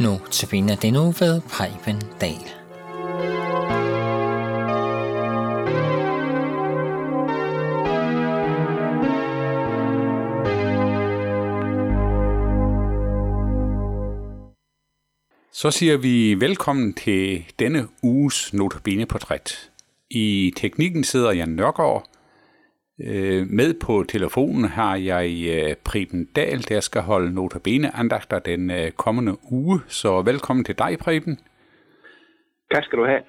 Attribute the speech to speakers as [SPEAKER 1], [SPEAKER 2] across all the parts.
[SPEAKER 1] nu tabiner den nu ved Preben Dahl.
[SPEAKER 2] Så siger vi velkommen til denne uges Notabene Portræt. I teknikken sidder jeg Nørgaard. Øh, Med på telefonen har jeg øh, Preben Dahl, der skal holde Notabene andagter den øh, kommende uge. Så velkommen til dig, Preben.
[SPEAKER 3] Tak skal du have.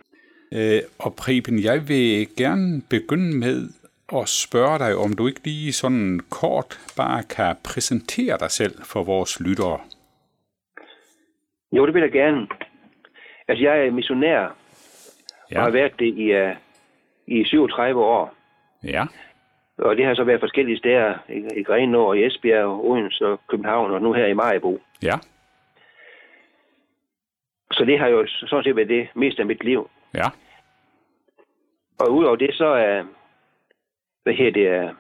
[SPEAKER 2] Øh, Og Preben, jeg vil gerne begynde med at spørge dig, om du ikke lige sådan kort bare kan præsentere dig selv for vores lyttere.
[SPEAKER 3] Jo, det vil jeg gerne. Altså, jeg er missionær ja. og har
[SPEAKER 2] Ja,
[SPEAKER 3] været det i, uh, i 37 år.
[SPEAKER 2] ja,
[SPEAKER 3] Og det har så været forskellige steder i, i Grenå og i Esbjerg og Odense og København og nu her i Majbo.
[SPEAKER 2] ja,
[SPEAKER 3] Så det har jo sådan set været det meste af mit liv.
[SPEAKER 2] ja,
[SPEAKER 3] Og udover det, så er, hvad hedder det, øh,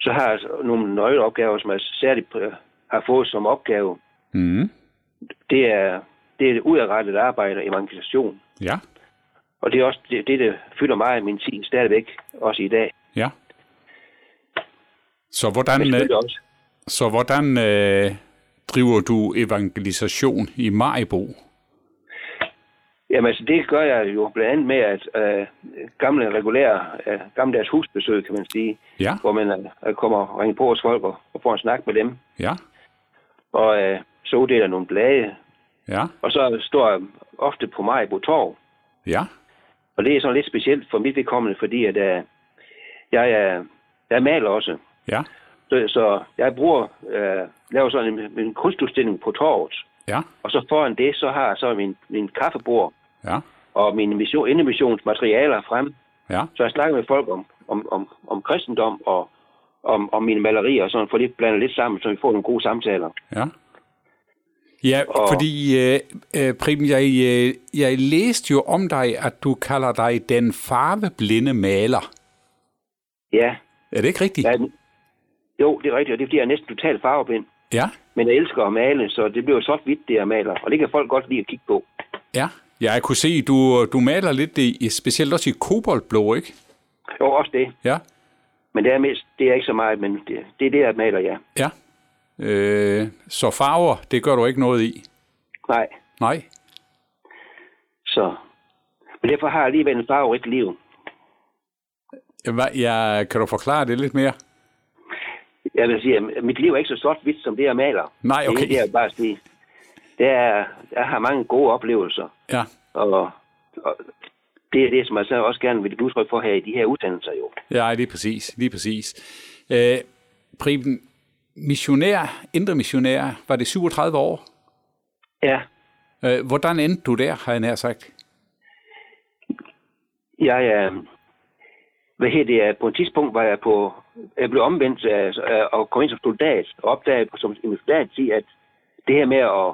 [SPEAKER 3] så har jeg altså nogle nøgleopgaver, som jeg særligt øh, har fået som opgave.
[SPEAKER 2] mm,
[SPEAKER 3] Det er, det er udadrettet arbejde og evangelisation.
[SPEAKER 2] ja,
[SPEAKER 3] Og det er også det, det, der fylder meget af min tid stadigvæk, også i dag.
[SPEAKER 2] ja. Så
[SPEAKER 3] Men
[SPEAKER 2] hvordan, øh,
[SPEAKER 3] selvfølgelig også.
[SPEAKER 2] så hvordan øh, driver du evangelisation i Maribo?
[SPEAKER 3] Jamen, altså, det gør jeg jo blandt andet med, at øh, gamle regulære, øh, gammeldags husbesøg, kan man sige,
[SPEAKER 2] Ja,
[SPEAKER 3] hvor man øh, kommer og ringer på hos folk og, og får en snak med dem,
[SPEAKER 2] ja,
[SPEAKER 3] og øh, så uddeler jeg nogle blade,
[SPEAKER 2] ja,
[SPEAKER 3] og så står jeg ofte på mig på torv,
[SPEAKER 2] ja,
[SPEAKER 3] og det er sådan lidt specielt for mit vedkommende, fordi at, øh, jeg, er, jeg maler også,
[SPEAKER 2] ja,
[SPEAKER 3] så, så jeg bruger, øh, laver sådan en, en kunstudstilling på torvet,
[SPEAKER 2] ja,
[SPEAKER 3] og så foran det, så har jeg så min, min kaffebord
[SPEAKER 2] ja,
[SPEAKER 3] og mine mission, indemissionsmaterialer frem,
[SPEAKER 2] ja,
[SPEAKER 3] Så jeg snakker med folk om, om, om, om kristendom og om, om mine malerier og sådan, for det blander lidt sammen, så vi får nogle gode samtaler.
[SPEAKER 2] Ja. Ja,
[SPEAKER 3] Og-
[SPEAKER 2] fordi øh, øh, Preben, jeg, øh, jeg læste jo om dig, at du kalder dig den farveblinde maler.
[SPEAKER 3] Ja,
[SPEAKER 2] Er det ikke rigtigt?
[SPEAKER 3] jeg, jo, det er rigtigt, og det er fordi, jeg er næsten totalt farveblind.
[SPEAKER 2] Ja,
[SPEAKER 3] Men jeg elsker at male, så det bliver så vidt, det jeg maler. Og det kan folk godt lide at kigge på.
[SPEAKER 2] ja. Ja, jeg kunne se, du, du maler lidt, i, specielt også i koboldblå, ikke?
[SPEAKER 3] Jo, også det.
[SPEAKER 2] Ja,
[SPEAKER 3] Men det er, mest, det er ikke så meget, men det, det er det, jeg maler, ja.
[SPEAKER 2] ja. Øh, så farver, det gør du ikke noget i?
[SPEAKER 3] Nej,
[SPEAKER 2] Nej?
[SPEAKER 3] så... Men derfor har jeg alligevel en farverigt liv.
[SPEAKER 2] Hva, ja, kan du forklare det lidt mere?
[SPEAKER 3] Jeg vil sige, at mit liv er ikke så sort-hvidt som det, jeg maler.
[SPEAKER 2] Nej, okay.
[SPEAKER 3] Det, er det jeg vil bare sige. Det er, jeg har mange gode oplevelser.
[SPEAKER 2] Ja,
[SPEAKER 3] Og, og det er det, som jeg så også gerne vil give udtryk for her i de her udsendelser jo.
[SPEAKER 2] ja lige præcis, lige præcis. Øh, Preben, missionær, indre missionær, var det 37 år?
[SPEAKER 3] Ja,
[SPEAKER 2] Øh, hvordan endte du der, har jeg nær sagt?
[SPEAKER 3] jeg er... Hvad hedder det? er, På et tidspunkt var jeg på... Jeg blev omvendt øh, altså, af, af at komme ind som soldat og opdagede som en soldat sige, at det her med at,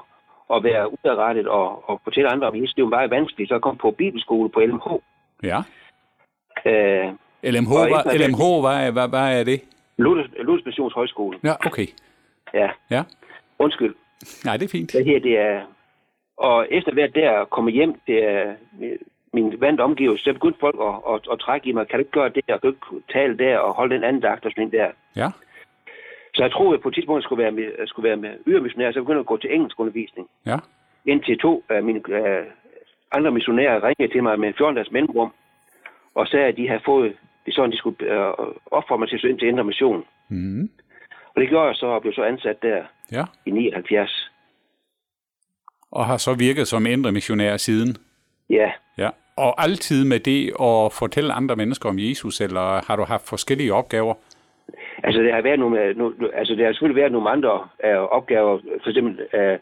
[SPEAKER 3] at være udadrettet og, og fortælle andre om Jesus, det var meget vanskeligt. Så jeg kom på bibelskole på LMH.
[SPEAKER 2] Ja.
[SPEAKER 3] Øh,
[SPEAKER 2] LMH,
[SPEAKER 3] Og
[SPEAKER 2] var,
[SPEAKER 3] efter det-
[SPEAKER 2] LMH var, hvad, hvad er det?
[SPEAKER 3] Luthers, Luthers Missions Højskole.
[SPEAKER 2] Ja, okay.
[SPEAKER 3] Ja,
[SPEAKER 2] Ja.
[SPEAKER 3] undskyld.
[SPEAKER 2] Nej, det er fint.
[SPEAKER 3] Hvad her det er. Og efter hvert der komme hjem til øh, min vand omgivelse, så begyndte folk at, at, at, trække i mig. Kan du ikke gøre det, og kan du ikke tale der, og holde den anden dagt og sådan en der.
[SPEAKER 2] Ja.
[SPEAKER 3] Så jeg troede på et tidspunkt, jeg skulle være med, jeg skulle være med ydermissionær, så jeg begyndte at gå til engelsk undervisning.
[SPEAKER 2] Ja.
[SPEAKER 3] Indtil to af mine øh, andre missionærer ringede til mig med 14 dages mellemrum, og sagde, at de havde fået det sådan, de skulle øh, opfordre mig til at søge ind til indre mission.
[SPEAKER 2] Mm.
[SPEAKER 3] Og det gjorde jeg så, og blev så ansat der
[SPEAKER 2] Ja.
[SPEAKER 3] i 79.
[SPEAKER 2] Og har så virket som indre missionær siden.
[SPEAKER 3] Ja,
[SPEAKER 2] Ja. Og altid med det at fortælle andre mennesker om Jesus, eller har du haft forskellige opgaver?
[SPEAKER 3] Altså, der har været nogle, nu, nu- altså, der har selvfølgelig været nogle andre øh, opgaver. For eksempel, øh,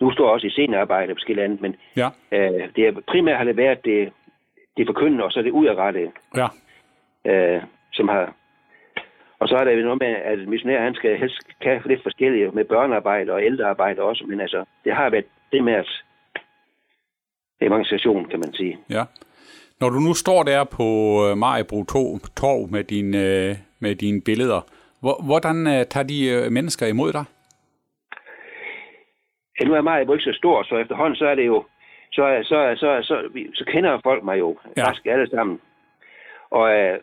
[SPEAKER 3] nu står jeg også i scenearbejde og forskellige andet, men
[SPEAKER 2] Ja.
[SPEAKER 3] øh, det er, primært har det været det, det forkyndende, og så det udadrettede,
[SPEAKER 2] Ja.
[SPEAKER 3] øh, som har... Og så er der jo noget med, at en missionær, han skal helst kan lidt forskellige med børnearbejde og ældrearbejde også, men altså, det har været primært evangelisation, kan man sige.
[SPEAKER 2] Ja. Når du nu står der på øh, Majbro Torv- Torv med dine, øh, med dine billeder, hvor- hvordan øh, tager de øh, mennesker imod dig?
[SPEAKER 3] Ja, nu er Maribo ikke så stor, så efterhånden så er det jo, så, er- så, er- så, er- så, så, så kender folk mig jo,
[SPEAKER 2] Ja.
[SPEAKER 3] ja. faktisk alle sammen. Og øh,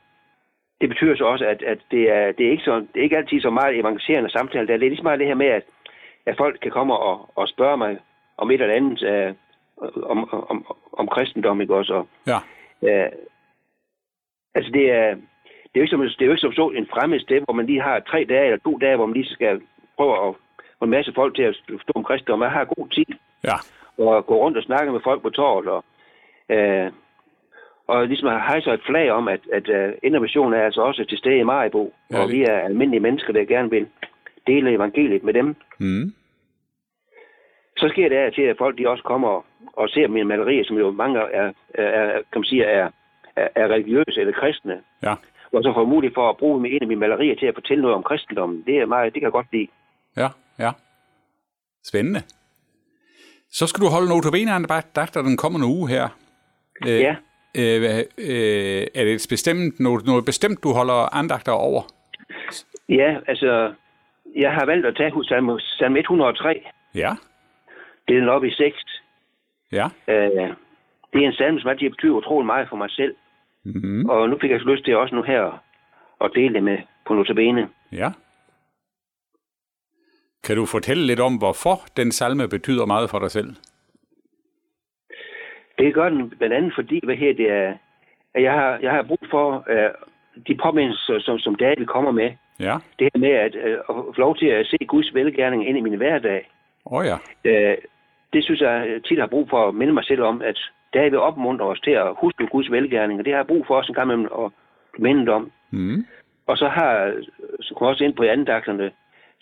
[SPEAKER 3] det betyder så også, at, at det, er, det, er ikke så, det er ikke altid så meget evangeliserende samtale. Det er lige så meget det her med, at, at folk kan komme og, og spørge mig om et eller andet, øh, om, om, om, om kristendom, ikke også? Og,
[SPEAKER 2] Ja,
[SPEAKER 3] øh, altså det er, det er, jo ikke som, det er jo ikke som så en fremmed stemme, hvor man lige har tre dage eller to dage, hvor man lige skal prøve at få en masse folk til at forstå om kristendom. Man har god tid
[SPEAKER 2] ja,
[SPEAKER 3] og gå rundt og snakke med folk på torvet, og, øh, og ligesom hejser et flag om, at, at øh, innovation er altså også til stede i Maribo,
[SPEAKER 2] Ja,
[SPEAKER 3] ja, og
[SPEAKER 2] det-
[SPEAKER 3] vi er almindelige mennesker, der gerne vil dele evangeliet med dem.
[SPEAKER 2] mm.
[SPEAKER 3] Så sker det af og til, at folk de også kommer og, og ser mine malerier, som jo mange er, er, er kan man sige, er, er, er religiøse eller kristne,
[SPEAKER 2] ja,
[SPEAKER 3] og så får mulighed for at bruge med en af mine malerier til at fortælle noget om kristendommen. Det er meget, det kan jeg godt lide.
[SPEAKER 2] ja, ja. Spændende. Så skal du holde notabeneren, der der den kommende uge her. Øh,
[SPEAKER 3] Ja.
[SPEAKER 2] Øh, hvad- øh, er det et bestemt, noget, noget bestemt, du holder andagter over?
[SPEAKER 3] Ja, altså, jeg har valgt at tage salme, salme 103,
[SPEAKER 2] Ja,
[SPEAKER 3] det er op i 6,
[SPEAKER 2] ja,
[SPEAKER 3] Øh, det er en salme, som altid betyder utrolig meget for mig selv. Mm. Og nu fik jeg så lyst til også nu her at dele det med på Notabene.
[SPEAKER 2] ja. Kan du fortælle lidt om, hvorfor den salme betyder meget for dig selv?
[SPEAKER 3] Det gør den blandt andet fordi, hvad her det er, at jeg har, jeg har brug for øh, de påmindelser, som, som David kommer med.
[SPEAKER 2] Ja,
[SPEAKER 3] Det her med at, øh, at få lov til at se Guds velgærning ind i min hverdag.
[SPEAKER 2] åh oh, ja,
[SPEAKER 3] Øh, det synes jeg tit har brug for at minde mig selv om, at David opmuntrer os til at huske Guds velgærning, og det har jeg brug for også en gang imellem at minde om.
[SPEAKER 2] mm.
[SPEAKER 3] Og så har, så kommer jeg også ind på i andagterne,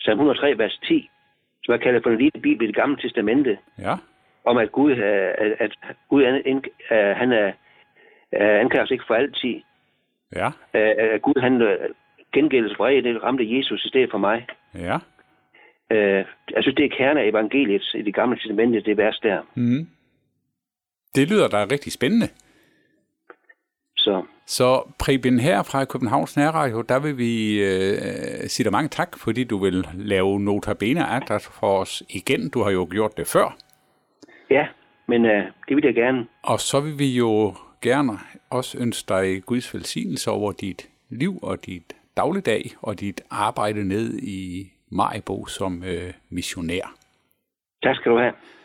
[SPEAKER 3] salm 103, vers 10, som jeg kalder for den lille bibel i det gamle testamente,
[SPEAKER 2] ja,
[SPEAKER 3] om at Gud, øh, at, at Gud han, øh, han er, øh, anklager os ikke for altid.
[SPEAKER 2] ja,
[SPEAKER 3] Øh, At Gud, han øh, gengældelse for det ramte Jesus i stedet for mig.
[SPEAKER 2] ja.
[SPEAKER 3] Øh, Jeg synes, det er kernen af evangeliet i det gamle testamente, det vers der.
[SPEAKER 2] Mm. Det lyder da rigtig spændende.
[SPEAKER 3] Så
[SPEAKER 2] Så Preben her fra Københavns Nærradio, der vil vi øh, sige dig mange tak, fordi du vil lave notabene adret for os igen. Du har jo gjort det før.
[SPEAKER 3] ja, men øh, det vil jeg gerne.
[SPEAKER 2] Og så vil vi jo gerne også ønske dig Guds velsignelse over dit liv og dit dagligdag og dit arbejde ned i Majbo som øh, missionær.
[SPEAKER 3] Tak skal du have.